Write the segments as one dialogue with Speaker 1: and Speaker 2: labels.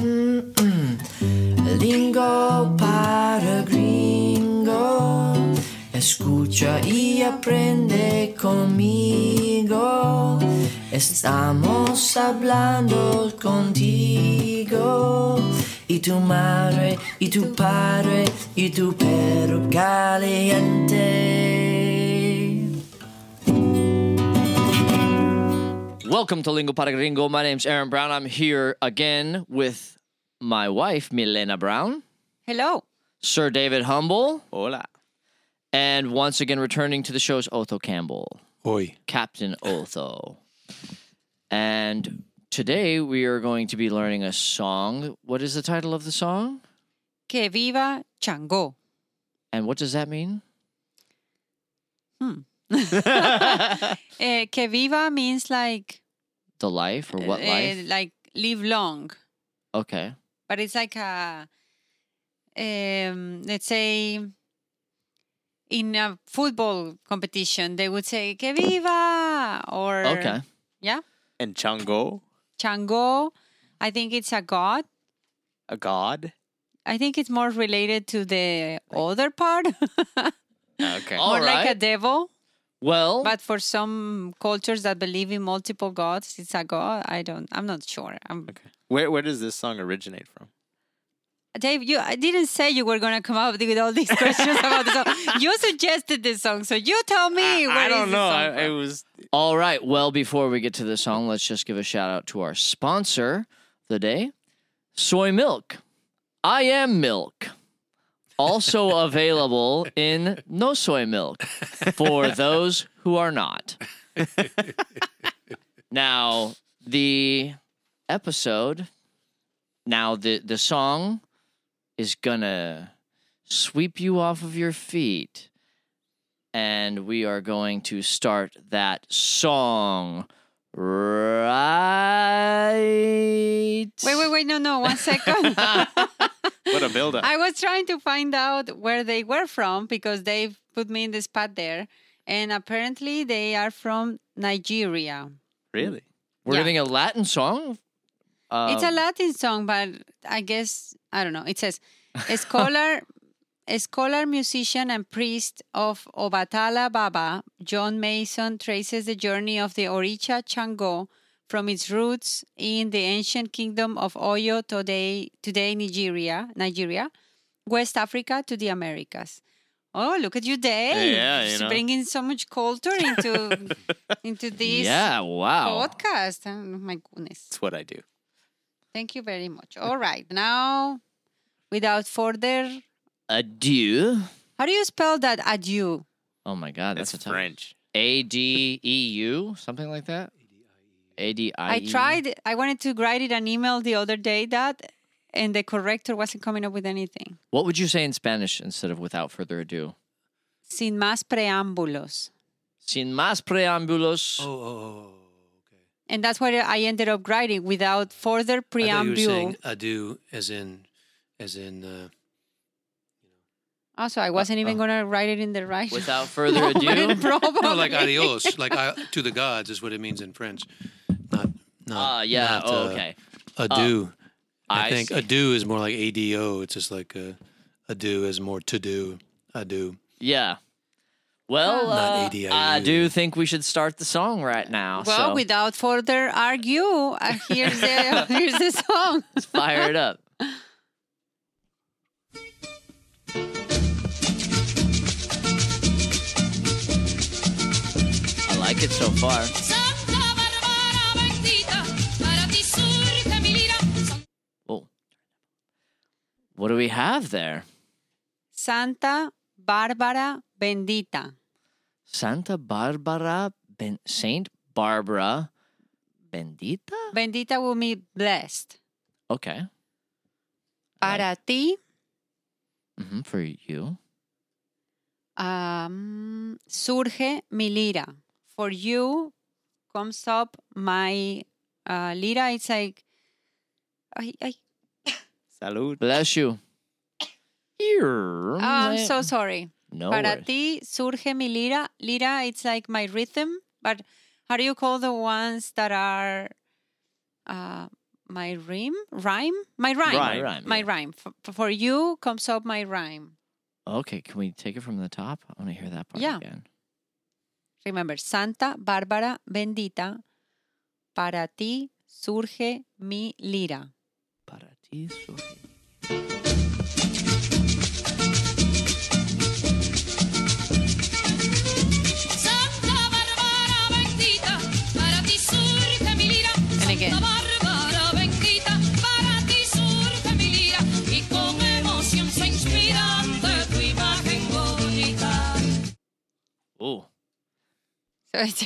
Speaker 1: Mm, mm. Lingo para gringo, escucha y aprende conmigo. Estamos hablando contigo y tu madre y tu padre y tu perro caliente.
Speaker 2: Welcome to Lingo Para Gringo. My name's Aaron Brown. I'm here again with my wife, Milena Brown,
Speaker 3: Hello.
Speaker 2: Sir David Humble,
Speaker 4: Hola.
Speaker 2: and once again returning to the show's Otho Campbell,
Speaker 4: Hoy.
Speaker 2: Captain Otho. And today we are going to be learning a song. What is the title of the song?
Speaker 3: Que viva Chango.
Speaker 2: And what does that mean?
Speaker 3: Eh, que viva means like
Speaker 2: The life or what
Speaker 3: eh,
Speaker 2: life?
Speaker 3: like live long,
Speaker 2: Okay.
Speaker 3: but it's like a um, let's say in a football competition they would say que viva or
Speaker 2: Okay.
Speaker 3: yeah
Speaker 4: And Chango,
Speaker 3: Chango. I think it's a god.
Speaker 4: a god.
Speaker 3: I think it's more related to the other part,
Speaker 4: Okay.
Speaker 2: Oh.
Speaker 3: more like a
Speaker 2: Alright.
Speaker 3: devil.
Speaker 2: Well,
Speaker 3: But for some cultures that believe in multiple gods, it's a god. I don't. I'm not sure. I'm,
Speaker 4: Okay. Where where does this song originate from?
Speaker 3: Dave, you. I didn't say you were gonna come up with all these questions about the song. You suggested this song, so you tell me. where
Speaker 4: I
Speaker 3: is
Speaker 4: don't
Speaker 3: this
Speaker 4: know.
Speaker 3: song
Speaker 4: I, I
Speaker 3: from.
Speaker 4: was
Speaker 2: All right. Well, before we get to the song, let's just give a shout out to our sponsor of the day, Soy Milk. I am milk. Also available in no soy milk for those who are not. now, the episode, now the, the song is gonna sweep you off of your feet and we are going to start that song right
Speaker 3: Wait, wait, wait! No, no, one second.
Speaker 4: what a build up.
Speaker 3: I was trying to find out where they were from because they put me in the spot there, and apparently they are from Nigeria.
Speaker 4: really?
Speaker 2: we're
Speaker 3: yeah.
Speaker 2: getting a latin song Um,
Speaker 3: it's
Speaker 4: Um,
Speaker 3: a Latin song, but I guess I don't know. It says a scholar, a scholar, musician, and priest of Obatala Baba, John Mason traces the journey of the Orisha Chango from its roots in the ancient kingdom of Oyo today, today Nigeria, Nigeria, West Africa to the Americas. Oh, look at you, Dave!
Speaker 4: Yeah, you
Speaker 3: Just
Speaker 4: know.
Speaker 3: bringing so much culture into into this
Speaker 2: yeah wow
Speaker 3: podcast. Oh, my goodness.
Speaker 4: That's what I do.
Speaker 3: Thank you very much. All right. Now, without further,
Speaker 2: adieu
Speaker 3: how do you spell that adieu?
Speaker 2: oh my god that's
Speaker 4: That's
Speaker 2: a tough
Speaker 4: French.
Speaker 2: a-d-e-u something like that a-d-i-e
Speaker 3: I
Speaker 5: E.
Speaker 3: tried, I wanted to write it an email the other day that, and the corrector wasn't coming up with anything.
Speaker 2: what would you say in spanish instead of without further ado
Speaker 3: Sin más preámbulos.
Speaker 2: sin más preámbulos
Speaker 5: Oh,
Speaker 3: And that's what I ended up writing without further
Speaker 5: oh, okay. I thought you were
Speaker 3: preamble.
Speaker 5: saying I do, as in, as in. Uh,
Speaker 3: Also, I wasn't even
Speaker 2: uh,
Speaker 3: going to write it in the right.
Speaker 2: without further ado
Speaker 3: moment, probably.
Speaker 2: Oh,
Speaker 5: no, like adios, like I, to the gods is what it means in French. Not, not.
Speaker 2: Ah, yeah
Speaker 5: not,
Speaker 2: oh,
Speaker 5: uh,
Speaker 2: okay
Speaker 5: Adieu. I,
Speaker 2: I
Speaker 5: think
Speaker 2: see.
Speaker 5: adieu is more like ado. It's just like uh, adieu is more to do. I do.
Speaker 2: Yeah. Well,
Speaker 5: Not
Speaker 2: uh,
Speaker 5: ADIU.
Speaker 2: I do think we should start the song right now.
Speaker 3: Well,
Speaker 2: so
Speaker 3: without further argue, uh, here's the, here's the song.
Speaker 2: let's fire it up. I like it so far.
Speaker 6: Santa Bárbara bendita, para ti surge mi lira.
Speaker 2: Oh. What do we have there?
Speaker 3: Santa Bárbara Bendita.
Speaker 2: Santa Barbara, ben- Saint Barbara, Bendita?
Speaker 3: Bendita will be blessed.
Speaker 2: Okay.
Speaker 3: Para ti,
Speaker 2: hmm for you.
Speaker 3: um, surge mi lira. For you comes up my uh, lira. It's like, ay, ay.
Speaker 4: Salud.
Speaker 2: Bless you. Here.
Speaker 3: Oh, I'm so sorry.
Speaker 2: No.
Speaker 3: Para
Speaker 2: worries.
Speaker 3: ti surge mi lira. Lira, it's like my rhythm. But how do you call the ones that are uh, my rhyme, rhyme, my rhyme,
Speaker 4: Rhyme.
Speaker 3: my rhyme. For, for you comes up my rhyme.
Speaker 2: Okay, can we take it from the top? I want to hear that part
Speaker 3: Yeah.
Speaker 2: again.
Speaker 3: Remember, Santa Bárbara bendita, para ti surge mi lira.
Speaker 2: Para ti soy-
Speaker 6: Santa Bárbara bendita, para ti surge mi lira.
Speaker 3: And again.
Speaker 6: Santa Bárbara bendita, para ti surge mi lira. Y con emoción se inspira de tu imagen bonita.
Speaker 2: Oh.
Speaker 3: So it's,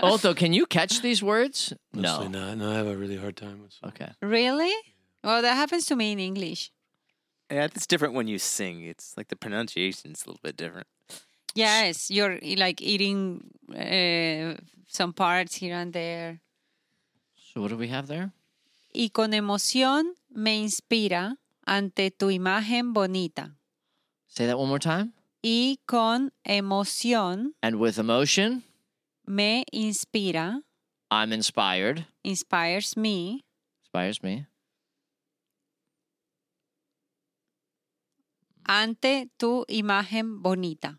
Speaker 2: Otho, can you catch these words?
Speaker 5: Mostly
Speaker 2: no.
Speaker 5: not. No, I have a really hard time with.
Speaker 2: Okay.
Speaker 3: really? Well, that happens to me in English.
Speaker 4: Yeah, it's different when you sing. It's like the pronunciation's a little bit different.
Speaker 3: Yes, you're eh, like eating uh, some parts here and there.
Speaker 2: So what do we have there?
Speaker 3: Y con emoción me inspira ante tu imagen bonita.
Speaker 2: Say that one more time.
Speaker 3: Y con emoción
Speaker 2: And with emotion,
Speaker 3: me inspira,
Speaker 2: I'm inspired.
Speaker 3: inspires me,
Speaker 2: Inspires me.
Speaker 3: ante tu imagen bonita.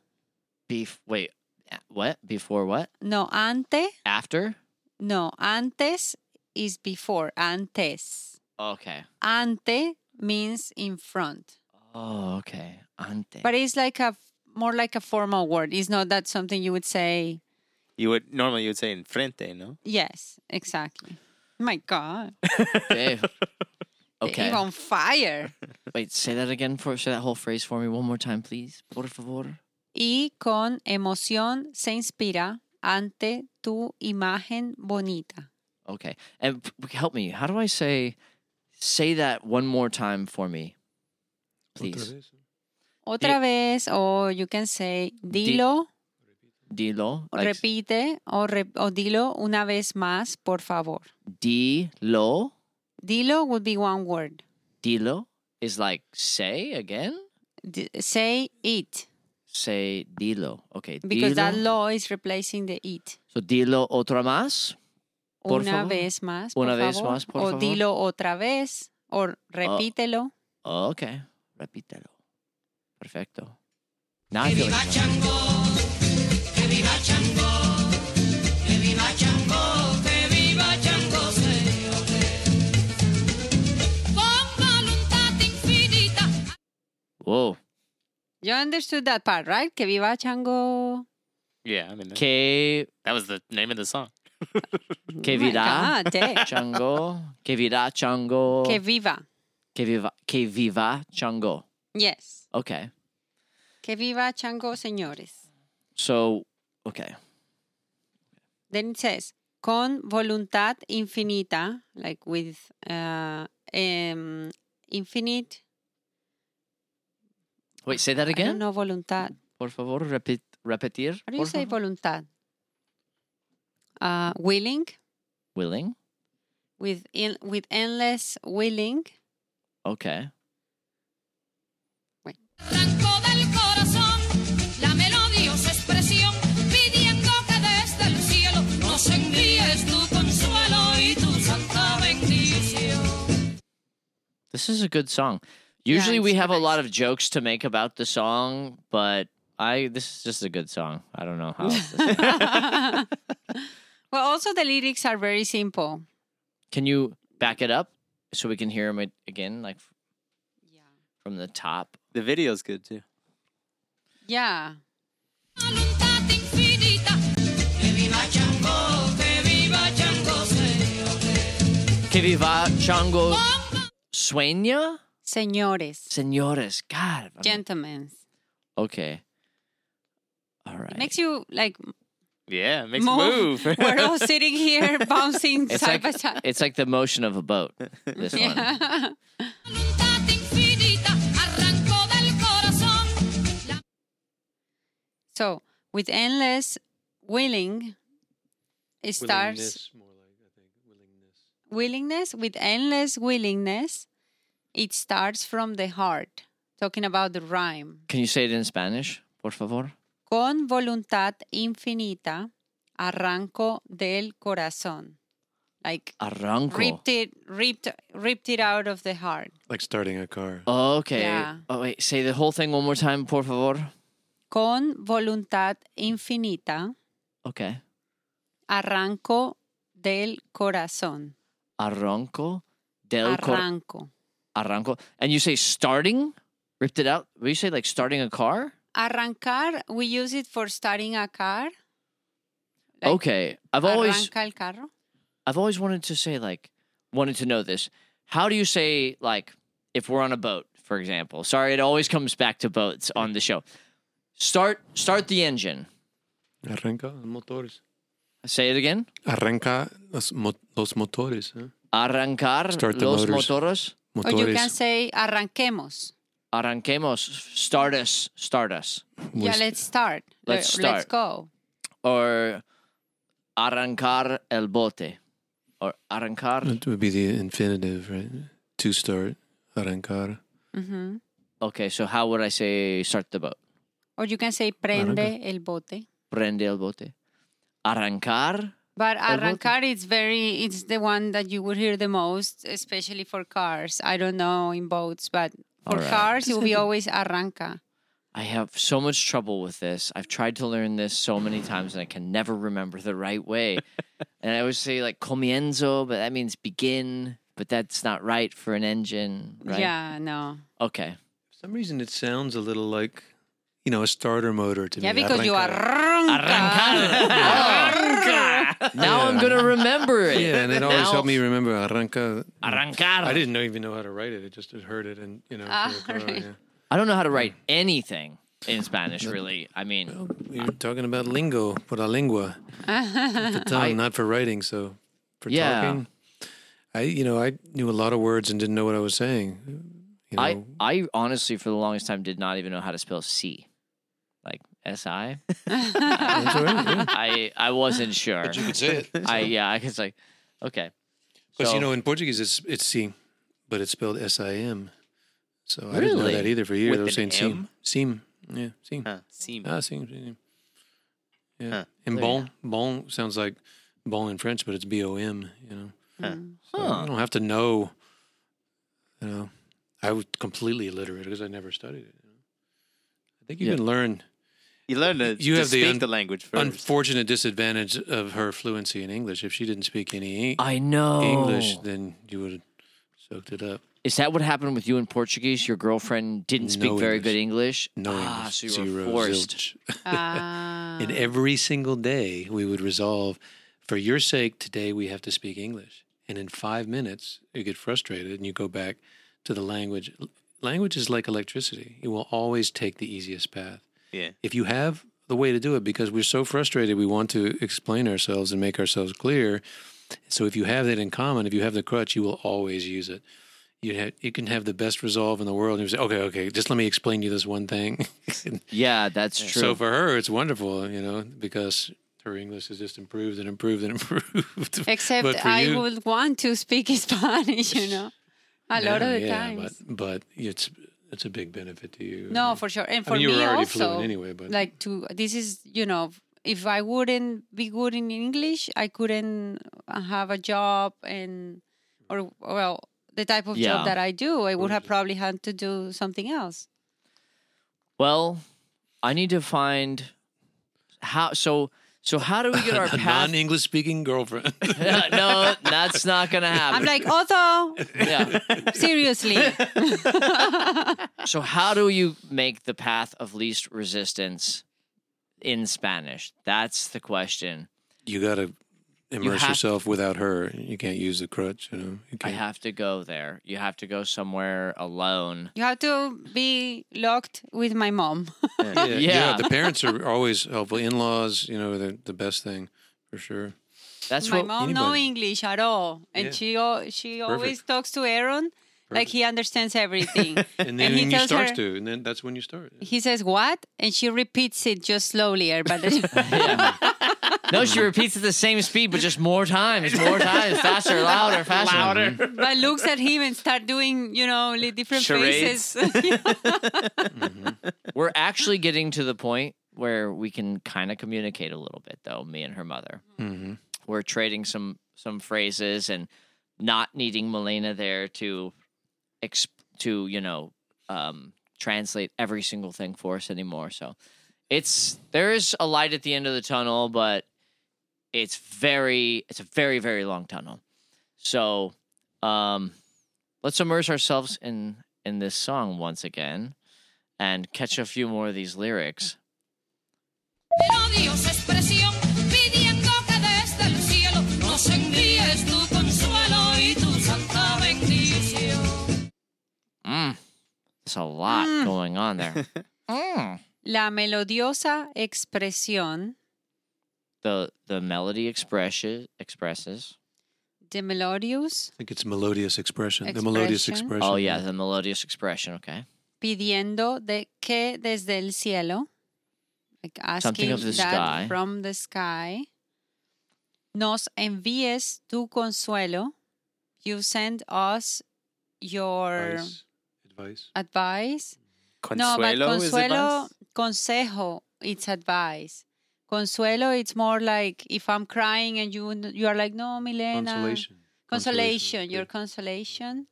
Speaker 2: Bef- wait, a- what? Before what?
Speaker 3: No, ante,
Speaker 2: After?
Speaker 3: no, antes is before, antes.
Speaker 2: Okay.
Speaker 3: Ante means in front.
Speaker 2: Oh, okay. Ante.
Speaker 3: But it's like a more like a formal word. It's not that something you would say.
Speaker 4: You would normally you would say enfrente, no?
Speaker 3: Yes, exactly. My God.
Speaker 2: Dave.
Speaker 3: Okay.
Speaker 2: Okay.
Speaker 3: on fire.
Speaker 2: Wait, say that again for say that whole phrase for me one more time, please. Por favor.
Speaker 3: Y con emoción se inspira ante tu imagen bonita.
Speaker 2: Okay. And p- help me. How do I say say that one more time for me? Please.
Speaker 3: Otra vez, or you can say, dilo,
Speaker 2: Dilo. Like
Speaker 3: repite, o, re- o dilo una vez más, por favor.
Speaker 2: dilo.
Speaker 3: Dilo would be one word.
Speaker 2: Dilo is like say again.
Speaker 3: D- say it,
Speaker 2: Say dilo. Okay.
Speaker 3: because
Speaker 2: dilo.
Speaker 3: that law is replacing the it.
Speaker 2: So dilo otra más. Por
Speaker 3: una
Speaker 2: favor.
Speaker 3: vez más.
Speaker 2: Una
Speaker 3: por
Speaker 2: vez
Speaker 3: favor.
Speaker 2: más, por
Speaker 3: o
Speaker 2: favor. Ah.
Speaker 3: dilo otra vez. O repítelo.
Speaker 2: Okay. Repítelo. Perfecto. Now I feel like I'm-
Speaker 6: Con voluntad infinita.
Speaker 2: Whoa.
Speaker 3: You understood that part, right? Que viva Chango.
Speaker 4: Yeah, I mean that,
Speaker 2: Que
Speaker 4: that was the name of the song.
Speaker 2: que
Speaker 3: Oh My
Speaker 2: vida
Speaker 3: God, eh.
Speaker 2: chango. Que vida chango.
Speaker 3: que viva.
Speaker 2: Que viva que viva chango.
Speaker 3: Yes.
Speaker 2: Okay.
Speaker 3: Que viva Chango, señores.
Speaker 2: So okay.
Speaker 3: Then it says, con voluntad infinita, like with uh, um, infinite.
Speaker 2: Wait, say that
Speaker 3: I don't
Speaker 2: again.
Speaker 3: know, voluntad.
Speaker 2: Por favor, repet repetir.
Speaker 3: How do you
Speaker 2: por
Speaker 3: say
Speaker 2: favor.
Speaker 3: voluntad? Uh, willing,
Speaker 2: Willing.
Speaker 3: with, in, with endless willing.
Speaker 2: Okay.
Speaker 6: Blanco del corazón, la melodiosa expresión, pidiendo que desde el cielo nos envíes tu consuelo y tu santa bendición.
Speaker 2: This is a good song. Usually we
Speaker 3: it's
Speaker 2: have a
Speaker 3: nice.
Speaker 2: lot of jokes to make about the song, but I this is just a good song. I don't know how. else to say.
Speaker 3: well, also the lyrics are very simple.
Speaker 2: can you back it up so we can hear them again, like f- from the top?
Speaker 4: The video's good too.
Speaker 3: Yeah.
Speaker 6: Voluntad infinita, que viva Chango, que viva Chango,
Speaker 2: Que viva Chango
Speaker 6: Señor.
Speaker 2: sueña,
Speaker 3: Señores,
Speaker 2: señores. God. I mean-
Speaker 3: gentlemen.
Speaker 2: Okay. All right.
Speaker 3: It makes you like
Speaker 4: Yeah, it makes you
Speaker 3: move.
Speaker 4: move.
Speaker 3: We're all sitting here bouncing
Speaker 2: it's
Speaker 3: side by
Speaker 2: like
Speaker 3: side.
Speaker 2: it's like the motion of a boat. This one.
Speaker 3: uh, Yeah.
Speaker 6: Voluntad infinita, arrancó del corazón.
Speaker 3: So with endless willing, it starts
Speaker 5: Willingness, more like I think willingness.
Speaker 3: willingness with endless willingness. It starts from the heart. Talking about the rhyme.
Speaker 2: Can you say it in Spanish? Por favor.
Speaker 3: Con voluntad infinita, arranco del corazón. like
Speaker 2: Arranco.
Speaker 3: ripped it, ripped, ripped it out of the heart.
Speaker 5: Like starting a car.
Speaker 2: Okay.
Speaker 3: Yeah.
Speaker 2: Oh, wait. Say the whole thing one more time, por favor.
Speaker 3: Con voluntad infinita,
Speaker 2: Okay.
Speaker 3: arranco del corazón.
Speaker 2: Arranco del cor-
Speaker 3: Arranco.
Speaker 2: arranco. And you say starting? Ripped it out? Will you say like starting a car?
Speaker 3: Arrancar, we use it for starting a car. Like,
Speaker 2: okay. I've always
Speaker 3: Arranca el carro.
Speaker 2: I've always wanted to say like wanted to know this. How do you say like if we're on a boat, for example? Sorry, it always comes back to boats on the show. Start start the engine.
Speaker 5: Arranca los motores.
Speaker 2: Say it again.
Speaker 5: Arranca los, mo- los motores. ¿eh?
Speaker 2: Arrancar
Speaker 5: Start the
Speaker 2: los motores.
Speaker 5: motors.
Speaker 3: Or Oh, you can
Speaker 5: Motores.
Speaker 3: say arranquemos.
Speaker 2: Arranquemos. Start us. Start us.
Speaker 3: yeah, let's start.
Speaker 2: Let's
Speaker 3: Le-
Speaker 2: start.
Speaker 3: Let's go.
Speaker 2: Or arrancar el bote. Or arrancar.
Speaker 5: It would be the infinitive, right? To start. Arrancar.
Speaker 3: Mhm.
Speaker 2: Okay, so how would I say start the boat?
Speaker 3: Or you can say prende el bote.
Speaker 2: Prende el bote. Arrancar.
Speaker 3: But
Speaker 2: bote.
Speaker 3: arrancar is very, it's the one that you would hear the most, especially for cars. I don't know in boats, but for
Speaker 2: Alright.
Speaker 3: cars, it will be always arranca.
Speaker 2: I have so much trouble with this. I've tried to learn this so many times and I can never remember the right way. and I always say like comienzo, but that means begin, but that's not right for an engine, right?
Speaker 3: Yeah, no.
Speaker 2: Okay.
Speaker 5: For some reason, it sounds a little like, you know, a starter motor to
Speaker 3: Yeah,
Speaker 5: me.
Speaker 3: because you
Speaker 5: Arranca.
Speaker 3: arranca.
Speaker 2: Now I'm going to remember it.
Speaker 5: Yeah, and it always
Speaker 2: Now-
Speaker 5: helped me remember arranca.
Speaker 2: Arrancar.
Speaker 5: I didn't know, even know how to write it. I just had heard it, and you know,
Speaker 2: Ah,
Speaker 5: for a car, yeah.
Speaker 2: I don't know how to write anything in Spanish, really. I mean,
Speaker 5: Oh, we were talking about lingo, por la lengua, for tongue, not for writing. So for
Speaker 2: Yeah.
Speaker 5: talking, I you know I knew a lot of words and didn't know what I was saying. You know,
Speaker 2: I, I honestly, for the longest time, did not even know how to spell C. Like S I?
Speaker 5: that's all right, yeah.
Speaker 2: I I wasn't sure.
Speaker 5: you could say it
Speaker 2: I yeah, I was like, okay.
Speaker 5: because
Speaker 2: So-
Speaker 5: you know in Portuguese it's it's sim, but it's spelled S I M. So I didn't know
Speaker 2: Really?
Speaker 5: that either for years.
Speaker 4: With
Speaker 5: I was
Speaker 4: an
Speaker 5: saying sim,
Speaker 4: M?
Speaker 5: sim, yeah, sim.
Speaker 4: Huh. Seam.
Speaker 5: Ah, sim, sim. Yeah,
Speaker 4: Huh.
Speaker 5: and
Speaker 2: There you
Speaker 5: bon bon sounds like bon in French, but it's B O M. You know. So
Speaker 2: Huh.
Speaker 5: You don't have to know. You know, I was completely illiterate because I never studied it. I think you
Speaker 2: Yeah.
Speaker 5: can learn.
Speaker 4: You learn to,
Speaker 5: You
Speaker 4: to
Speaker 5: have the
Speaker 4: speak
Speaker 5: un-
Speaker 4: the language first.
Speaker 5: Unfortunate disadvantage of her fluency in English. If she didn't speak any
Speaker 2: I know
Speaker 5: English, then you would have soaked it up.
Speaker 2: Is that what happened with you in Portuguese? Your girlfriend didn't speak
Speaker 5: No
Speaker 2: very
Speaker 5: English.
Speaker 2: good English.
Speaker 5: No
Speaker 2: ah,
Speaker 5: English,
Speaker 2: so you were
Speaker 5: zero,
Speaker 2: forced.
Speaker 5: zilch.
Speaker 3: Ah.
Speaker 5: And every single day we would resolve, for your sake, today we have to speak English. And in five minutes, you get frustrated and you go back to the language. L- Language is like electricity, it will always take the easiest path.
Speaker 4: yeah.
Speaker 5: If you have the way to do it, because we're so frustrated, we want to explain ourselves and make ourselves clear. So if you have that in common, if you have the crutch, you will always use it. You, have, you can have the best resolve in the world. And you say, okay, okay, just let me explain you this one thing.
Speaker 2: Yeah, that's true.
Speaker 5: So for her, it's wonderful, you know, because her English has just improved and improved and improved. But
Speaker 3: Except
Speaker 5: for
Speaker 3: I
Speaker 5: you-
Speaker 3: would want to speak Spanish, you know, a lot of
Speaker 5: Yeah,
Speaker 3: the
Speaker 5: yeah,
Speaker 3: times.
Speaker 5: But, but it's it's a big benefit to you.
Speaker 3: No, for sure, and
Speaker 5: I
Speaker 3: for
Speaker 5: mean, you
Speaker 3: me
Speaker 5: were already
Speaker 3: also.
Speaker 5: fluent anyway, but
Speaker 3: Like to this is you know if I wouldn't be good in English, I couldn't have a job and or well the type of
Speaker 2: Yeah.
Speaker 3: job that I do, I would have probably had to do something else.
Speaker 2: well, I need to find how. So so how do we get our
Speaker 5: a
Speaker 2: path?
Speaker 5: non-English speaking girlfriend.
Speaker 2: no, that's not gonna
Speaker 3: I'm
Speaker 2: happen.
Speaker 3: like Otto,
Speaker 2: yeah.
Speaker 3: seriously,
Speaker 2: So how do you make the path of least resistance in Spanish? That's the question.
Speaker 5: you got to immerse
Speaker 2: have-
Speaker 5: yourself without her. You can't use the crutch. You know, you
Speaker 2: I
Speaker 5: can't.
Speaker 2: have to go there. You have to go somewhere alone.
Speaker 3: you have to be locked with my mom.
Speaker 5: yeah, yeah.
Speaker 2: Yeah.
Speaker 5: The parents are always helpful. In-laws, you know, they're the best thing for sure.
Speaker 2: That's
Speaker 3: my
Speaker 2: what
Speaker 3: mom no
Speaker 5: anybody-
Speaker 3: English at all, and
Speaker 5: Yeah.
Speaker 3: she al- she always talks to Aaron like he understands everything.
Speaker 5: And then
Speaker 3: And he
Speaker 5: you
Speaker 3: tells
Speaker 5: start
Speaker 3: her-
Speaker 5: to, and then that's when you start.
Speaker 3: he says what, and she repeats it just slowly. But
Speaker 2: No, she repeats at the same speed, but just more times, more times, faster, louder, faster. Louder.
Speaker 3: but looks at him and start doing you know li- different
Speaker 4: Charades.
Speaker 3: faces.
Speaker 2: We're actually getting to the point where we can kind of communicate a little bit, though, me and her mother.
Speaker 5: Mm-hmm.
Speaker 2: we're trading some some phrases and not needing Melena there to exp- to you know um, translate every single thing for us anymore. So it's there is a light at the end of the tunnel, but it's very it's a very very long tunnel. So um, let's immerse ourselves in in this song once again and catch a few more of these lyrics.
Speaker 6: Melodía es expresión pidiendo que desde el cielo nos envíes tu consuelo y tu santa bendición.
Speaker 2: Mm. There's a lot
Speaker 3: Mm.
Speaker 2: going on there. mm.
Speaker 3: La melodiosa expresión,
Speaker 2: The the melody expresses expresses.
Speaker 3: the melodious,
Speaker 5: I think it's melodious expression. The melodious
Speaker 3: Expression.
Speaker 5: expression.
Speaker 2: Oh yeah, the melodious expression. Okay,
Speaker 3: pidiendo de que desde el cielo, like asking
Speaker 2: Something of the
Speaker 3: that
Speaker 2: sky.
Speaker 3: from the sky, nos envíes tu consuelo, you send us your
Speaker 5: Advice. Advice.
Speaker 3: advice. No, but
Speaker 4: Consuelo, is
Speaker 3: consuelo,
Speaker 4: advice?
Speaker 3: consejo, it's advice. Consuelo, it's more like if I'm crying and you you are like, no, Milena.
Speaker 5: Consolation.
Speaker 3: uh, Consolation, your
Speaker 5: okay.
Speaker 3: consolation.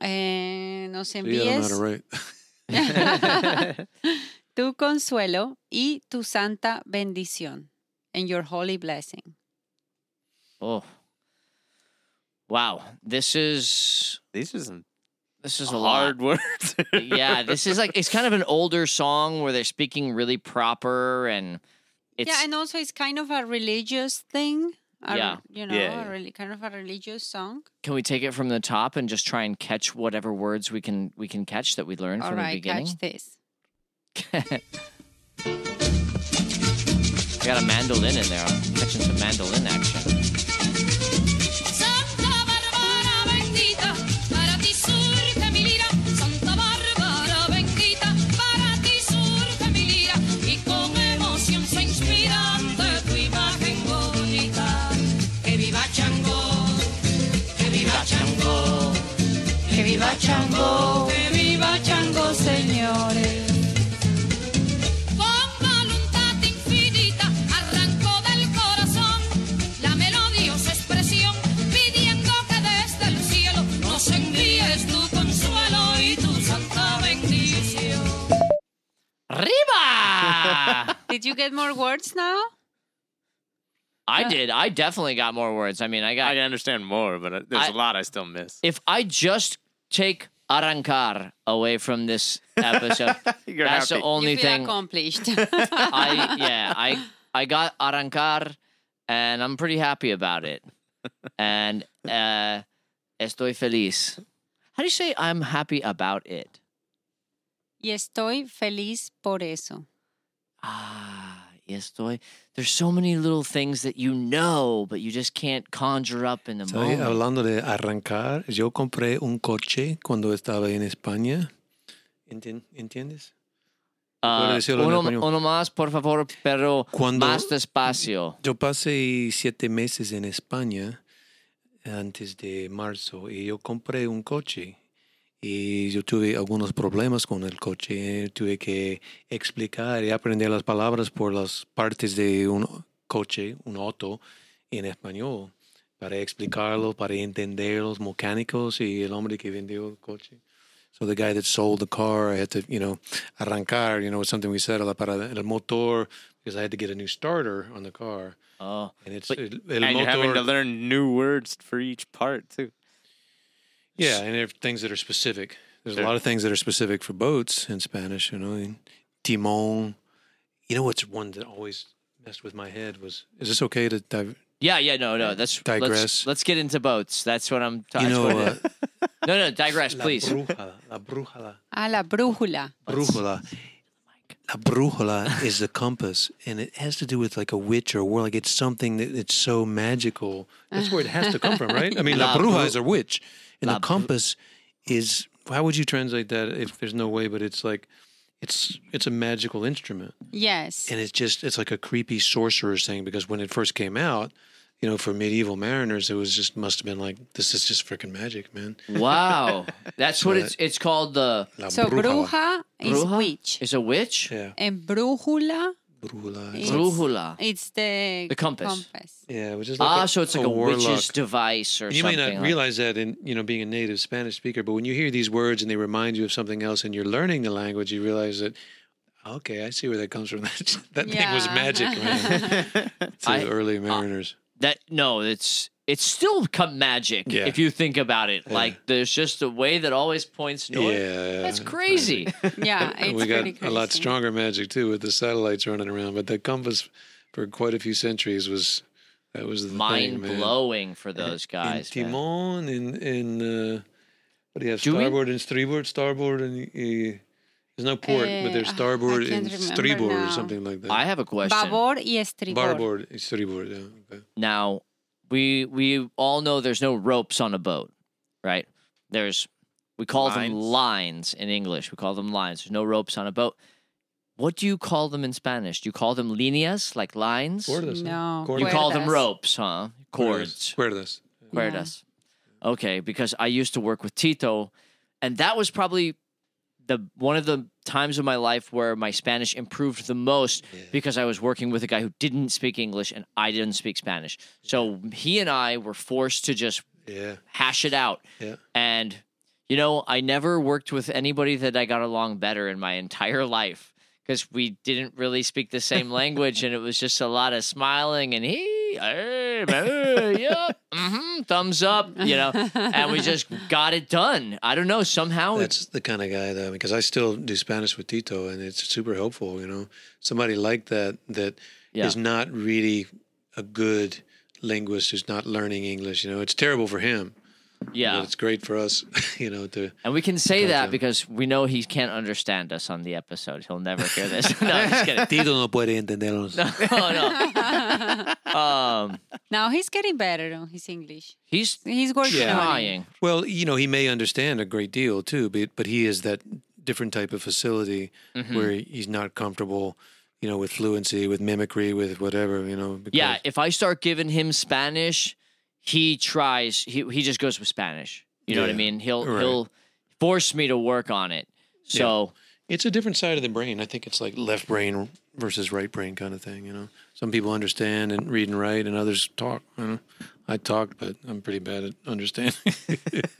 Speaker 3: Eh, nos
Speaker 5: See, I don't know how
Speaker 3: envíes
Speaker 5: to write.
Speaker 3: tu consuelo y tu santa bendición. And your holy blessing.
Speaker 2: Oh. Wow. This is
Speaker 4: These are some
Speaker 2: this is a
Speaker 4: hard
Speaker 2: lot.
Speaker 4: words.
Speaker 2: yeah, this is like it's kind of an older song where they're speaking really proper and it's
Speaker 3: yeah, and also it's kind of a religious thing. a-
Speaker 2: Yeah.
Speaker 3: You know,
Speaker 4: Yeah, yeah.
Speaker 3: A really, kind of a religious song.
Speaker 2: can we take it from the top and just try and catch whatever words we can we can catch that we learned
Speaker 3: All
Speaker 2: from the
Speaker 3: right,
Speaker 2: beginning?
Speaker 3: catch this.
Speaker 2: I got a mandolin in there. I'm catching some mandolin action.
Speaker 6: Santa Bárbara bendita, para ti surge mi lira. Santa Bárbara bendita, para ti surge mi lira. Y con emoción se inspira ante tu imagen bonita. Que viva Chango, que viva Chango, que viva Chango, que viva Chango, señores. Con voluntad infinita arrancó del corazón la melodiosa expresión pidiendo que desde el cielo nos envíes tu consuelo y tu santa bendición.
Speaker 2: Riba!
Speaker 3: Did you get more words now?
Speaker 2: I did. I definitely got more words. I mean, I got
Speaker 4: I understand more, but uh, there's
Speaker 2: I-
Speaker 4: a lot I still miss.
Speaker 2: if I just take arrancar away from this episode,
Speaker 4: You're
Speaker 2: that's the
Speaker 4: happy.
Speaker 2: only
Speaker 3: you feel
Speaker 2: thing.
Speaker 3: accomplished.
Speaker 2: I yeah, I I got arrancar, and I'm pretty happy about it. And uh, estoy feliz. How do you say I'm happy about it?
Speaker 3: y estoy feliz por eso.
Speaker 2: Ah, estoy. There's so many little things that you know, but you just can't conjure up in the
Speaker 5: Estoy
Speaker 2: moment.
Speaker 5: hablando de arrancar. Yo compré un coche cuando estaba en España. Enti- ¿Entiendes?
Speaker 2: Uh,
Speaker 5: Puedo decirlo en
Speaker 2: uno,
Speaker 5: español.
Speaker 2: uno más, por favor, pero
Speaker 5: Cuando-
Speaker 2: más despacio.
Speaker 5: Yo pasé siete meses en España antes de marzo y yo compré un coche y yo tuve algunos problemas con el coche. Tuve que explicar y aprender las palabras por las partes de un coche, un auto, en español para explicarlo, para entender los mecánicos y el hombre que vendió el coche. So the guy that sold the car, I had to, you know, arrancar, you know, it's something we said, la parada, el motor, because I had to get a new starter on the car.
Speaker 2: Oh,
Speaker 5: And it's
Speaker 2: But-
Speaker 5: el, el
Speaker 4: and you're having to
Speaker 5: motor-
Speaker 4: learn new words for each part too.
Speaker 5: Yeah, and there are things that are specific. There's
Speaker 4: Sure.
Speaker 5: a lot of things that are specific for boats in Spanish, you know. and Timon. You know what's one that always messed with my head was is this okay to dive
Speaker 2: yeah, yeah, no, no. That's Let's,
Speaker 5: Digress.
Speaker 2: let's get into boats. That's what I'm
Speaker 5: you
Speaker 2: talking
Speaker 5: know
Speaker 2: about.
Speaker 5: uh,
Speaker 2: No, no, digress,
Speaker 5: la
Speaker 2: please.
Speaker 5: brújula, la brújula.
Speaker 3: A la brújula.
Speaker 5: brújula. La brújula is the compass, and it has to do with like a witch or a warlock. It's something that it's so magical. That's where it has to come from, right? I mean, la,
Speaker 2: La
Speaker 5: bruja
Speaker 2: bru-
Speaker 5: is a witch, and
Speaker 2: La
Speaker 5: the
Speaker 2: bru-
Speaker 5: compass is. How would you translate that? If there's no way, but it's like, it's it's a magical instrument,
Speaker 3: Yes.
Speaker 5: and it's just it's like a creepy sorcerer's thing because when it first came out, you know, for medieval mariners, it was just must have been like this is just freaking magic, man.
Speaker 2: Wow, that's what it's it's called. The
Speaker 5: La
Speaker 3: So
Speaker 5: brújula.
Speaker 3: bruja is
Speaker 2: Bruja?
Speaker 3: witch.
Speaker 2: is a witch.
Speaker 5: yeah,
Speaker 3: And brújula
Speaker 5: brújula.
Speaker 3: It's-
Speaker 2: Brújula.
Speaker 3: It's the,
Speaker 2: The compass.
Speaker 5: Yeah, which is like
Speaker 2: Ah,
Speaker 5: a-
Speaker 2: so it's like a, witch's
Speaker 5: warlock.
Speaker 2: device or
Speaker 5: you
Speaker 2: something.
Speaker 5: may not
Speaker 2: like-
Speaker 5: realize that in you know being a native Spanish speaker, but when you hear these words and they remind you of something else, and you're learning the language, you realize that okay, I see where that comes from. that that thing was
Speaker 3: Yeah.
Speaker 5: magic, man. to
Speaker 2: I-
Speaker 5: the early mariners.
Speaker 2: that no it's it's still co- magic
Speaker 5: Yeah.
Speaker 2: if you think about it
Speaker 5: Yeah.
Speaker 2: like there's just a way that always points north
Speaker 5: yeah,
Speaker 2: that's crazy
Speaker 3: Yeah,
Speaker 5: And
Speaker 3: it's
Speaker 5: we got
Speaker 3: pretty
Speaker 5: a lot
Speaker 3: crazy.
Speaker 5: stronger magic too with the satellites running around, but the compass for quite a few centuries was that was the thing,
Speaker 2: mind
Speaker 5: man.
Speaker 2: blowing for those guys man.
Speaker 5: in Timon, in in uh, what do you have?
Speaker 2: Do we-
Speaker 5: starboard and starboard, starboard and uh, there's no port, but there's
Speaker 3: Eh, ah, I
Speaker 5: starboard
Speaker 3: can't
Speaker 5: and
Speaker 3: remember
Speaker 5: starboard or
Speaker 3: now.
Speaker 5: something like that.
Speaker 2: i have a question
Speaker 3: Babor y estribor.
Speaker 5: Barboard, it's starboard. Yeah. Okay.
Speaker 2: now we we all know there's no ropes on a boat right there's we call them lines in english we call them lines there's no ropes on a boat what do you call them in spanish do you call them líneas like lines
Speaker 5: Cuerdas,
Speaker 3: No,
Speaker 5: Cuerdas.
Speaker 2: you call them
Speaker 3: Cuerdas.
Speaker 2: ropes huh cords
Speaker 5: Cuerdas.
Speaker 2: Where
Speaker 3: Yeah.
Speaker 2: does? Okay, because I used to work with Tito, and that was probably the one of the times of my life where my Spanish improved the most because I was working with a guy who didn't speak English and I didn't speak Spanish. So he and I were forced to just
Speaker 5: Yeah.
Speaker 2: hash it out.
Speaker 5: Yeah.
Speaker 2: And you know, I never worked with anybody that I got along better in my entire life because we didn't really speak the same language, and it was just a lot of smiling and he, hey, hey, yep, hmm thumbs up, you know, and we just got it done. I don't know somehow. it's
Speaker 5: That's the kind of guy that because I still do Spanish with Tito, and it's super helpful. You know, somebody like that that is
Speaker 2: Yeah.
Speaker 5: not really a good linguist who's not learning English. You know, it's terrible for him.
Speaker 2: yeah,
Speaker 5: But it's great for us. You know, to
Speaker 2: and we can say that
Speaker 5: Gotcha.
Speaker 2: because we know he can't understand us on the episode. He'll never hear this. no, I'm just kidding.
Speaker 5: Tito no puede entendernos.
Speaker 2: Oh no. Um,
Speaker 3: Now he's getting better on his English.
Speaker 2: he's
Speaker 3: He's working on it.
Speaker 2: trying.
Speaker 5: Well, you know, he may understand a great deal too, but but he is that different type of facility
Speaker 3: Mm-hmm.
Speaker 5: where he's not comfortable. You know, with fluency, with mimicry, with whatever. You know. Because,
Speaker 2: Yeah, if I start giving him Spanish, he tries. He he just goes with Spanish. You know what I
Speaker 5: Yeah,
Speaker 2: mean? He'll
Speaker 5: right.
Speaker 2: he'll force me to work on it. So
Speaker 5: It's a different side of the brain. I think it's like left brain versus right brain kind of thing. You know, some people understand and read and write, and others talk. You know, I talk, but I'm pretty bad at understanding.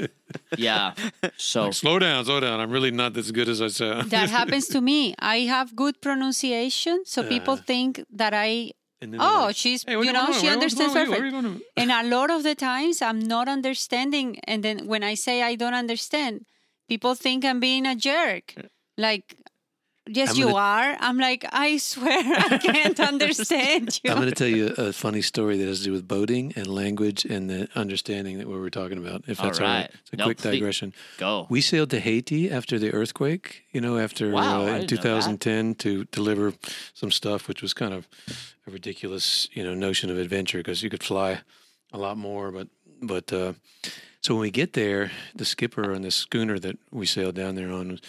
Speaker 2: yeah, so
Speaker 5: slow down, slow down. I'm really not as good as I sound.
Speaker 3: That happens to me. I have good pronunciation, so people think that I.
Speaker 5: And then they're
Speaker 3: Oh,
Speaker 5: like,
Speaker 3: she's
Speaker 5: "Hey, what
Speaker 3: you
Speaker 5: do
Speaker 3: know
Speaker 5: want?
Speaker 3: she
Speaker 5: What- what's wrong
Speaker 3: understands
Speaker 5: with you? What are
Speaker 3: perfect.
Speaker 5: you gonna-"
Speaker 3: and a lot of the times I'm not understanding, and then when I say I don't understand, people think I'm being a jerk. Like, yes,
Speaker 5: I'm
Speaker 3: you
Speaker 5: gonna-
Speaker 3: are. I'm like, I swear I can't understand you.
Speaker 5: I'm going to tell you a funny story that has to do with boating and language and the understanding that what we're talking about. If
Speaker 2: All
Speaker 5: that's all right,
Speaker 2: right.
Speaker 5: it's a
Speaker 2: No,
Speaker 5: quick
Speaker 2: please.
Speaker 5: digression.
Speaker 2: go.
Speaker 5: We sailed to Haiti after the earthquake, you know, after
Speaker 2: Wow, I
Speaker 5: uh,
Speaker 2: didn't know
Speaker 5: in
Speaker 2: that.
Speaker 5: 2010 to deliver some stuff, which was kind of a ridiculous, you know, notion of adventure because you could fly a lot more. But, but, uh, so when we get there, the skipper on the schooner that we sailed down there on was,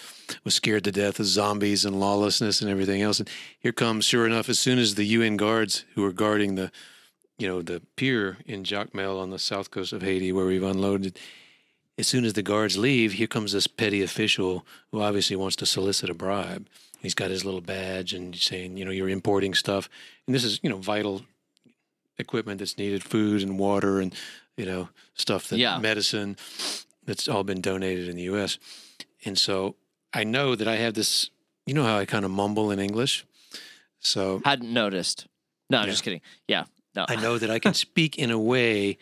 Speaker 5: was scared to death of zombies and lawlessness and everything else. And here comes, sure enough, as soon as the UN guards who were guarding the, you know, the pier in Jacmel on the south coast of Haiti where we've unloaded, as soon as the guards leave, here comes this petty official who obviously wants to solicit a bribe. He's got his little badge and saying, you know, you're importing stuff. And this is, you know, vital equipment that's needed food and water and, you know, stuff that
Speaker 2: Yeah.
Speaker 5: medicine that's all been donated in the US. And so I know that I have this, you know, how I kind of mumble in English. So
Speaker 2: Hadn't noticed. No, I'm just kidding. Yeah, no.
Speaker 5: I know that I can speak in a way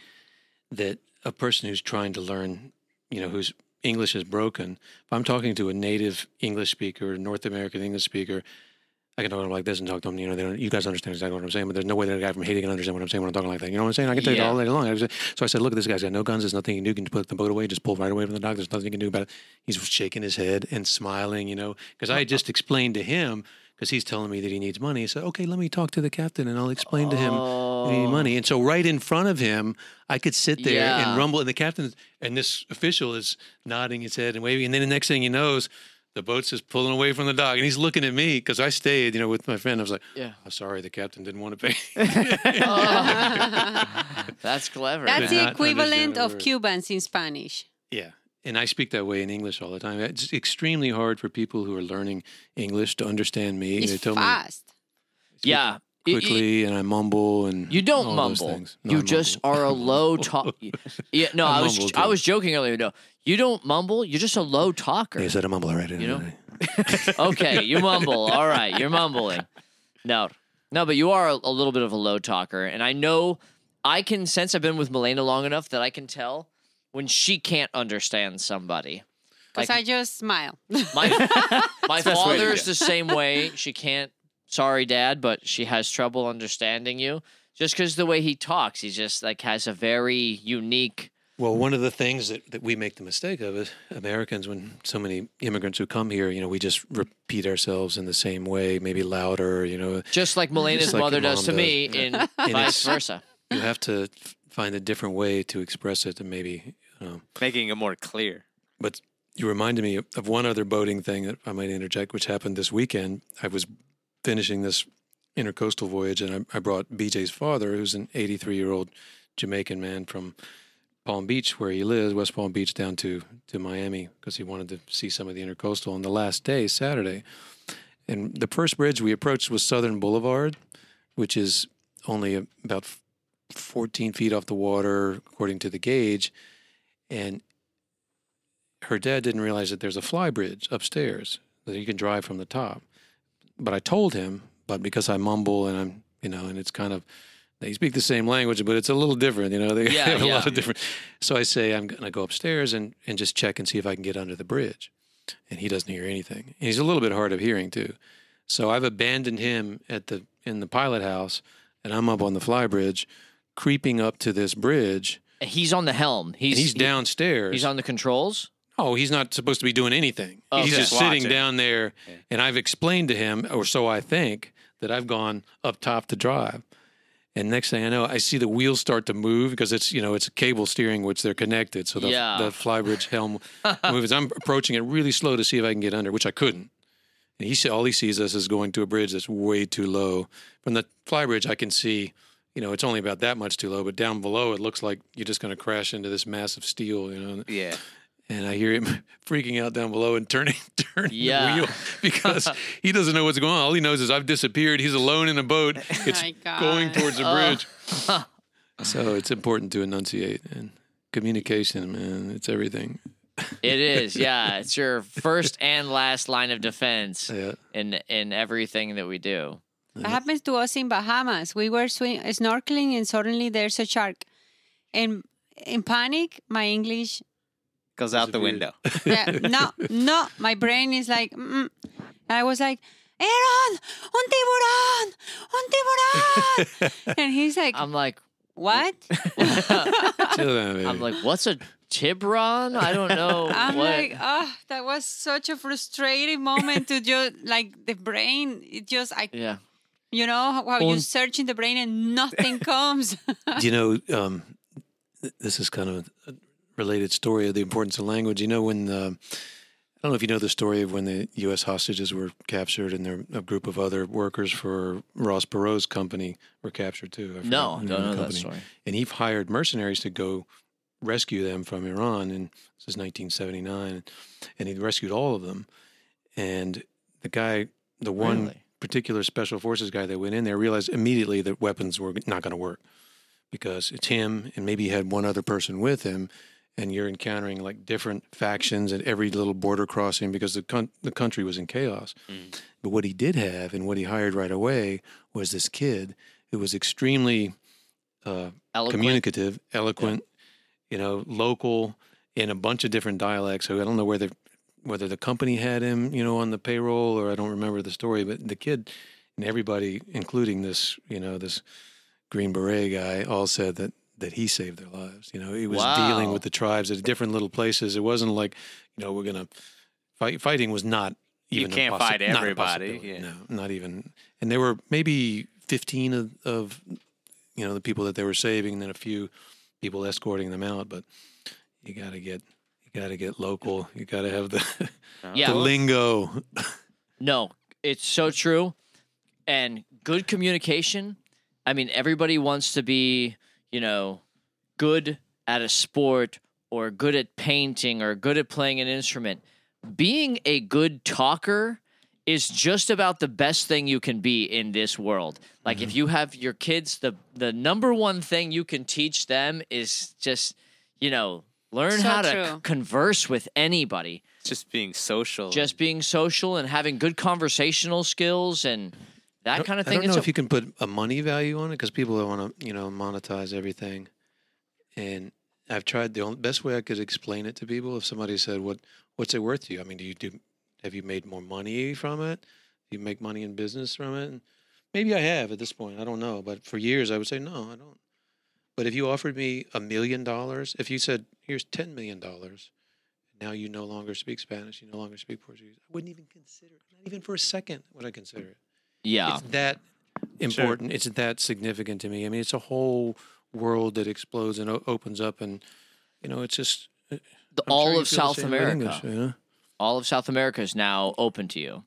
Speaker 5: that a person who's trying to learn, you know, whose English is broken. If I'm talking to a native English speaker, North American English speaker, I can talk to them like this and talk to them. You know, they don't, you guys understand exactly what I'm saying, but there's no way that a guy from Haiti can understand what I'm saying when I'm talking like that. You know what I'm saying? I can tell you
Speaker 2: Yeah.
Speaker 5: all day long. I was- So I said, "Look, this guy's got no guns. There's nothing you can do. You can put the boat away. Just pull right away from the dock. There's nothing you can do about it." He's shaking his head and smiling, you know, because I had just explained to him because he's telling me that he needs money. He said, "Okay, let me talk to the captain and I'll explain to him."
Speaker 2: Oh,
Speaker 5: any money. And so right in front of him, I could sit there
Speaker 2: Yeah.
Speaker 5: and rumble. And the captain and this official is nodding his head and waving. And then the next thing he knows, the boat's just pulling away from the dock. And he's looking at me because I stayed, you know, with my friend. I was like,
Speaker 2: Yeah.
Speaker 5: "Oh, sorry, the captain didn't want to pay.
Speaker 2: That's clever.
Speaker 3: That's
Speaker 5: did
Speaker 3: the
Speaker 5: not understand
Speaker 3: equivalent
Speaker 5: a
Speaker 3: of
Speaker 5: word.
Speaker 3: Cubans in Spanish.
Speaker 5: yeah. And I speak that way in English all the time. It's extremely hard for people who are learning English to understand me.
Speaker 3: It's
Speaker 5: they tell me,
Speaker 3: fast.
Speaker 2: yeah. Y- y-
Speaker 5: quickly, and I mumble, and
Speaker 2: You don't
Speaker 5: all those
Speaker 2: mumble.
Speaker 5: things. No,
Speaker 2: you
Speaker 5: I
Speaker 2: just
Speaker 5: mumble.
Speaker 2: are a low talk. Yeah, no,
Speaker 5: I
Speaker 2: I, was
Speaker 5: mumble,
Speaker 2: I
Speaker 5: too.
Speaker 2: was joking earlier. No, you don't mumble. You're just a low talker.
Speaker 5: You said a mumble, right?
Speaker 2: You know? okay, you mumble. All right, you're mumbling. No, no, but you are a, a little bit of a low talker, and I know I can sense. I've been with Milena long enough that I can tell when she can't understand somebody.
Speaker 3: Because I just smile.
Speaker 2: My my
Speaker 4: the best way to
Speaker 2: father
Speaker 4: do
Speaker 2: is
Speaker 4: it.
Speaker 2: the same way. She can't. Sorry, Dad, but she has trouble understanding you. Just because the way he talks, he just like has a very unique.
Speaker 5: Well, one of the things that, that we make the mistake of is Americans, when so many immigrants who come here, you know, we just repeat ourselves in the same way, maybe louder, you know.
Speaker 2: Just like Melena's
Speaker 5: Just like your
Speaker 2: mother does
Speaker 5: mom
Speaker 2: to
Speaker 5: does.
Speaker 2: me, in
Speaker 5: it's-
Speaker 2: vice versa.
Speaker 5: You have to f- find a different way to express it and maybe, you know.
Speaker 4: making it more clear.
Speaker 5: But you reminded me of- of one other boating thing that I might interject, which happened this weekend. I was finishing this intercoastal voyage and I, I brought BJ's father, who's an 83 year old Jamaican man from Palm Beach, where he lives, West Palm Beach, down to, to Miami because he wanted to see some of the intercoastal on the last day, Saturday. And the first bridge we approached was Southern Boulevard, which is only about 14 feet off the water, according to the gauge. And her dad didn't realize that there's a fly bridge upstairs that you can drive from the top. But I told him, but because I mumble and I'm, you know, and it's kind of, they speak the same language, but it's a little different, you know, they
Speaker 2: Yeah,
Speaker 5: have a lot
Speaker 2: yeah.
Speaker 5: of different. So I say, I'm going to go upstairs and, and just check and see if I can get under the bridge. And he doesn't hear anything. And he's a little bit hard of hearing too. So I've abandoned him at the, in the pilot house and I'm up on the fly bridge creeping up to this bridge
Speaker 2: He's on the helm. He's
Speaker 5: and he's
Speaker 2: he-
Speaker 5: downstairs.
Speaker 2: he's on the controls.
Speaker 5: Oh, he's not supposed to be doing anything.
Speaker 2: Oh,
Speaker 5: he's
Speaker 2: okay.
Speaker 5: just
Speaker 4: Just
Speaker 5: sitting
Speaker 4: watching.
Speaker 5: down there, and I've explained to him, or so I think, that I've gone up top to drive. And next thing I know, I see the wheels start to move because it's you know it's cable steering, which they're connected. So the
Speaker 2: Yeah.
Speaker 5: the flybridge helm moves. I'm approaching it really slow to see if I can get under, which I couldn't. And he see, all he sees us is going to a bridge that's way too low. From the flybridge, I can see, you know, it's only about that much too low. But down below, it looks like you're just going to crash into this massive steel. You know,
Speaker 4: Yeah.
Speaker 5: and I hear him freaking out down below and turning turning
Speaker 2: Yeah.
Speaker 5: the wheel because he doesn't know what's going on. All he knows is I've disappeared. He's alone in a boat. It's
Speaker 3: Oh my God.
Speaker 5: going towards the bridge.
Speaker 2: Uh-huh.
Speaker 5: so it's important to enunciate and communication, man. It's everything.
Speaker 2: It is, yeah. It's your first and last line of defense
Speaker 5: Yeah.
Speaker 2: in in everything that we do.
Speaker 3: That happens to us in Bahamas. We were swim- snorkeling and suddenly there's a shark. And in panic, my English,
Speaker 4: Goes out the
Speaker 5: Disappeared.
Speaker 4: window.
Speaker 3: yeah, no, no, my brain is like, mm I was like, Aaron, un tiburón, un tiburón. and he's like,
Speaker 2: I'm like,
Speaker 3: what?
Speaker 5: Chill out, baby.
Speaker 2: I'm like, what's a Tibron? I don't know.
Speaker 3: I'm
Speaker 2: what.
Speaker 3: like, oh, that was such a frustrating moment to just like the brain. It just, I,
Speaker 2: yeah.
Speaker 3: you know, how you
Speaker 5: Un-
Speaker 3: search in the brain and nothing comes.
Speaker 5: Do you know, um, th- this is kind of a related story of the importance of language. You know, when the, I don't know if you know the story of when the U.S. hostages were captured, and there a group of other workers for Ross Perot's company were captured too. I forgot
Speaker 2: No,
Speaker 5: the name
Speaker 2: don't
Speaker 5: of the
Speaker 2: know that
Speaker 5: company.
Speaker 2: story.
Speaker 5: And he hired mercenaries to go rescue them from Iran, and this is 1979, and he rescued all of them. And the guy, the one
Speaker 2: Really?
Speaker 5: particular special forces guy that went in there, realized immediately that weapons were not going to work because it's him and maybe he had one other person with him and you're encountering like different factions at every little border crossing because the con- the country was in chaos. But what he did have and what he hired right away was this kid who was extremely uh,
Speaker 2: Eloquent.
Speaker 5: communicative, eloquent, you know, local in a bunch of different dialects. So I don't know whether whether the company had him, you know, on the payroll or I don't remember the story, but the kid and everybody, including this, you know, this Green Beret guy, all said that that he saved their lives. You know, he was dealing
Speaker 2: Wow.
Speaker 5: with the tribes at different little places. It wasn't like, you know, we're gonna fight. Fighting was not
Speaker 4: You
Speaker 5: even a
Speaker 4: can't
Speaker 5: possi-
Speaker 4: fight
Speaker 5: not a
Speaker 4: everybody,
Speaker 5: possibility.
Speaker 4: yeah.
Speaker 5: No, not even. And there were maybe fifteen of, of you know the people that they were saving, and then a few people escorting them out. But you gotta get you gotta get local. You gotta have the
Speaker 2: Yeah.
Speaker 5: the lingo.
Speaker 2: No, it's so true. And good communication. I mean, everybody wants to be, you know, good at a sport or good at painting or good at playing an instrument. Being a good talker is just about the best thing you can be in this world. Like
Speaker 3: Mm-hmm.
Speaker 2: if you have your kids, the the number one thing you can teach them is just, you know, learn
Speaker 3: So
Speaker 2: how to
Speaker 3: true.
Speaker 2: c- converse with anybody.
Speaker 4: It's just being social.
Speaker 2: Just being social and having good conversational skills and that
Speaker 5: I don't-
Speaker 2: kind of
Speaker 5: I
Speaker 2: thing.
Speaker 5: don't know
Speaker 2: It's
Speaker 5: if you can put a money value on it because people want to, you know, monetize everything. And I've tried the only, best way I could explain it to people. If somebody said, "What what's it worth to you?" I mean, do you do have you made more money from it? Do you make money in business from it? And maybe I have at this point. I don't know, but for years I would say no, I don't. But if you offered me a million dollars, if you said, "Here's ten million dollars," now you no longer speak Spanish, you no longer speak Portuguese, I wouldn't even consider it. Not even for a second would I consider it
Speaker 2: yeah.
Speaker 5: it's that important. It's that significant to me. I mean, it's a whole world that explodes and o- opens up, and you know, it's just I'm
Speaker 2: The-
Speaker 5: sure
Speaker 2: all
Speaker 5: you
Speaker 2: of
Speaker 5: feel the
Speaker 2: South
Speaker 5: same about
Speaker 2: America.
Speaker 5: English, you know?
Speaker 2: All of South America is now open to you.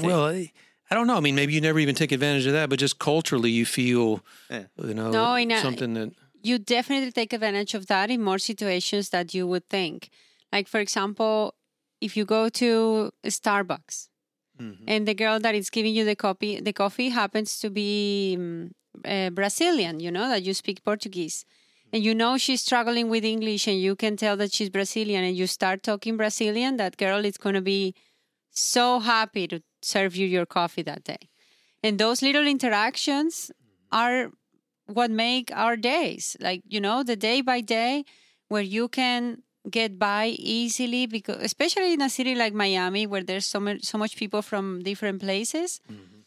Speaker 5: Well, I, I don't know. I mean, maybe you never even take advantage of that, but just culturally, you feel
Speaker 2: Eh.
Speaker 4: Yeah.
Speaker 5: you know
Speaker 3: No, in a-
Speaker 5: something that
Speaker 3: you definitely take advantage of that in more situations that you would think. Like, for example, if you go to Starbucks and the girl that is giving you the copy, the coffee happens to be um, uh, Brazilian, you know, that you speak Portuguese. And you know she's struggling with English and you can tell that she's Brazilian and you start talking Brazilian, that girl is going to be so happy to serve you your coffee that day. And those little interactions are what make our days like you know the day by day where you can get by easily because especially in a city like miami where there's so much so much people from different places
Speaker 2: Mm-hmm.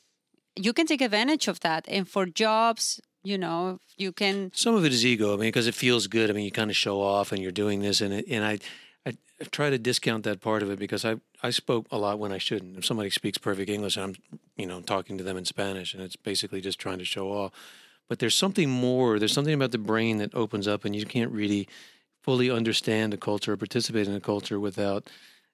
Speaker 3: you can take advantage of that and for jobs you know you can
Speaker 5: some of it is ego. I mean, because it feels good. I mean, you kind of show off, and you're doing this, and it, and I, I I try to discount that part of it because I I spoke a lot when I shouldn't. If somebody speaks perfect English, and I'm you know talking to them in Spanish, and it's basically just trying to show off. But there's something more. There's something about the brain that opens up, and you can't really fully understand a culture or participate in a culture without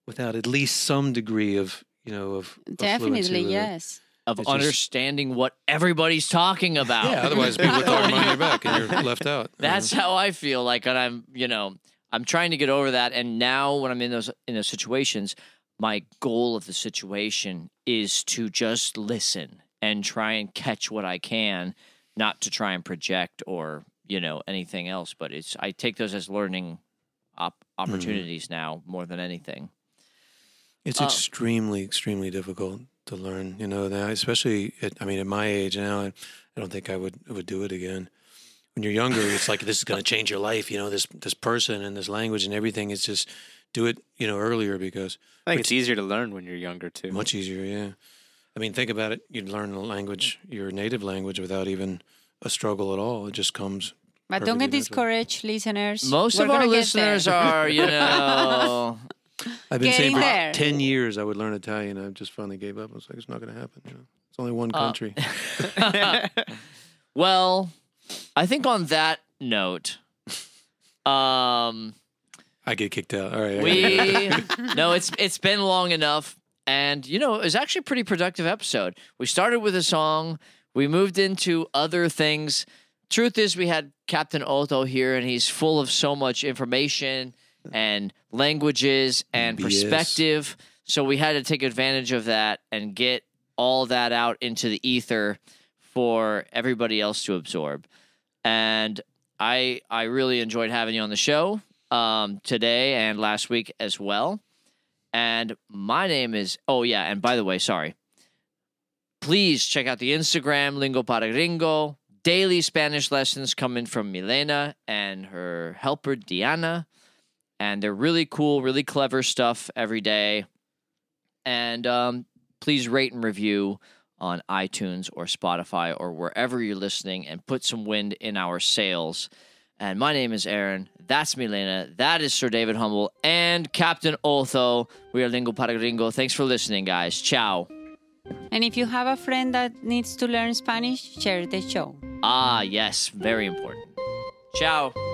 Speaker 5: without at least some degree of you know of of fluency
Speaker 3: definitely
Speaker 5: with it.
Speaker 3: yes
Speaker 2: Of
Speaker 5: It's just-
Speaker 2: understanding what everybody's talking about.
Speaker 5: Yeah, otherwise people are talking behind your back and you're left out. you know?
Speaker 2: That's
Speaker 3: Mm-hmm.
Speaker 2: how I feel like, and I'm, you know, I'm trying to get over that. And now, when I'm in those in those situations, my goal of the situation is to just listen and try and catch what I can, not to try and project or you know anything else. But it's I take those as learning op-
Speaker 3: Mm-hmm.
Speaker 2: opportunities now more than anything.
Speaker 5: It's
Speaker 3: Oh.
Speaker 2: Um,
Speaker 5: extremely, extremely difficult to learn. You know, now, especially at, I mean, at my age now, I, I don't think I would would do it again. When you're younger, it's like this is going to change your life. You know, this this person and this language and everything. It's just do it, you know, earlier because
Speaker 4: I think it's easier to learn when you're younger too.
Speaker 5: much easier. Yeah, I mean, think about it. You'd learn the language, your native language, without even a struggle at all. It just comes.
Speaker 3: but don't get
Speaker 5: perfectly natural.
Speaker 3: discouraged listeners
Speaker 2: Most
Speaker 3: We're
Speaker 2: of our
Speaker 3: gonna get there.
Speaker 2: listeners are, you know,
Speaker 5: I've been
Speaker 3: Getting
Speaker 5: saying for
Speaker 3: there.
Speaker 5: ten years I would learn Italian. I just finally gave up. I was like, it's not going to happen. You know? It's only
Speaker 3: Oh.
Speaker 5: one country.
Speaker 2: well, I think on that note, um.
Speaker 5: I get kicked out. All right. I gotta go.
Speaker 2: we no it's it's been long enough and you know it was actually a pretty productive episode we started with a song we moved into other things truth is we had captain otto here and he's full of so much information and languages and
Speaker 5: BS.
Speaker 2: perspective so we had to take advantage of that and get all that out into the ether for everybody else to absorb and I I really enjoyed having you on the show um, today and last week as well. And my name is oh yeah, and by the way, sorry. Please check out the Instagram Lingo para Gringo. Daily Spanish lessons coming from Milena and her helper Diana, and they're really cool, really clever stuff every day. And um, please rate and review on iTunes or Spotify or wherever you're listening and put some wind in our sails. And my name is Aaron. That's Milena. That is Sir David Humble and Captain Otho. We are Lingo para Gringo. Thanks for listening, guys. Ciao.
Speaker 3: and if you have a friend that needs to learn spanish share the show
Speaker 2: Ah, yes, very important. Ciao.